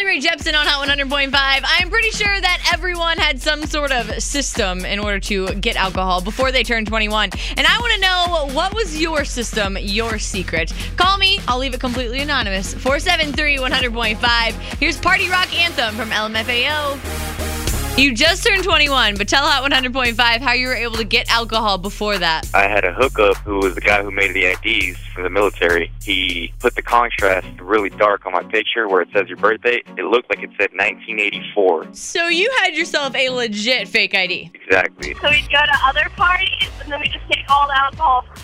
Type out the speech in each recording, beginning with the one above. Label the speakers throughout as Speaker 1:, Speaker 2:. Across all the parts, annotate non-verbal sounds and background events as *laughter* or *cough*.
Speaker 1: Carrie Jepsen on Hot 100.5. I'm pretty sure that everyone had some sort of system in order to get alcohol before they turned 21. And I want to know what was your system, your secret? Call me. I'll leave it completely anonymous. 473 100.5. Here's Party Rock Anthem from LMFAO. You just turned 21, but tell Hot 100.5 how you were able to get alcohol before that.
Speaker 2: I had a hookup who was the guy who made the IDs for the military. He put the contrast really dark on my picture where it says your birthday. It looked like it said 1984.
Speaker 1: So you had yourself a legit fake ID.
Speaker 2: Exactly.
Speaker 3: So we'd go to other parties, and then we just take all the alcohol from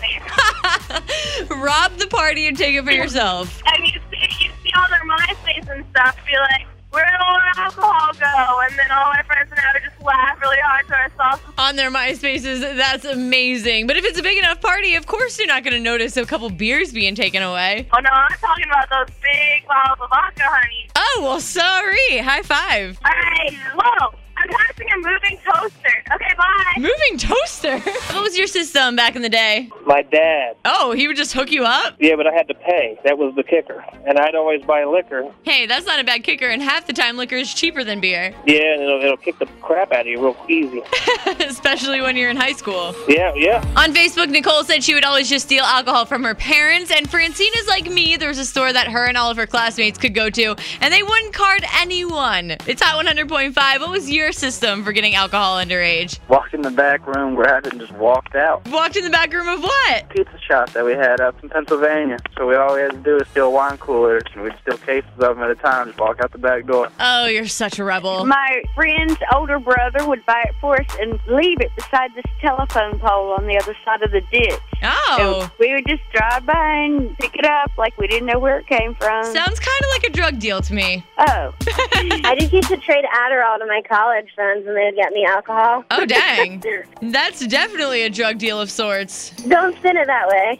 Speaker 1: *laughs*
Speaker 3: there.
Speaker 1: Rob the party and take it for yourself.
Speaker 3: And you'd see, you'd see all their MySpace and stuff, be like, where did all our alcohol go? And then all my friends and I would just laugh really hard to ourselves.
Speaker 1: On their MySpaces, that's amazing. But if it's a big enough party, of course you're not going to notice a couple beers being taken away.
Speaker 3: Oh no, I'm talking about those big bottles of vodka, honey.
Speaker 1: Oh, well, sorry. High five.
Speaker 3: All right, whoa, I'm passing a moving toaster. Okay, bye.
Speaker 1: Moving toaster. *laughs* what was your system back in the day?
Speaker 4: My dad.
Speaker 1: Oh, he would just hook you up?
Speaker 4: Yeah, but I had to pay. That was the kicker. And I'd always buy liquor.
Speaker 1: Hey, that's not a bad kicker, and half the time liquor is cheaper than beer, *laughs*
Speaker 4: Yeah, and it'll, it'll kick the crap out of you real easy.
Speaker 1: especially when you're in high school.
Speaker 4: Yeah, yeah.
Speaker 1: On Facebook, Nicole said she would always just steal alcohol from her parents. And Francine is like me. There was a store that her and all of her classmates could go to, and they wouldn't card anyone. It's Hot 100.5. What was your system for getting alcohol underage?
Speaker 5: walked in the back room, grabbed it, and just walked out.
Speaker 1: Walked in the back room of what?
Speaker 5: Pizza shop that we had up in Pennsylvania. So we all we had to do was steal wine coolers, and we'd steal cases of them at a time, just walk out the back door.
Speaker 1: Oh, you're such a rebel.
Speaker 6: My friend's older brother would buy it for us and leave it beside this telephone pole on the other side of the ditch.
Speaker 1: Oh.
Speaker 6: And we would just drive by and pick it up like we didn't know where it came from.
Speaker 1: Sounds kind of like a drug deal to me.
Speaker 6: oh,
Speaker 3: I just used to trade Adderall to my college friends, and they would get me alcohol.
Speaker 1: Oh, dang. That's definitely a drug deal of sorts.
Speaker 3: Don't spin it that way.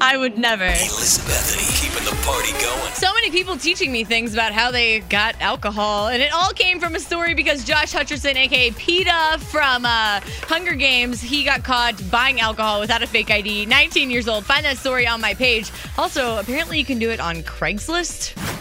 Speaker 1: I would never.
Speaker 7: Elizabeth and keeping the party going.
Speaker 1: So many people teaching me things about how they got alcohol, and it all came from a story because Josh Hutcherson, aka PETA from uh, Hunger Games, he got caught buying alcohol without a fake ID, 19 years old. Find that story on my page. Also, apparently, you can do it on Craigslist.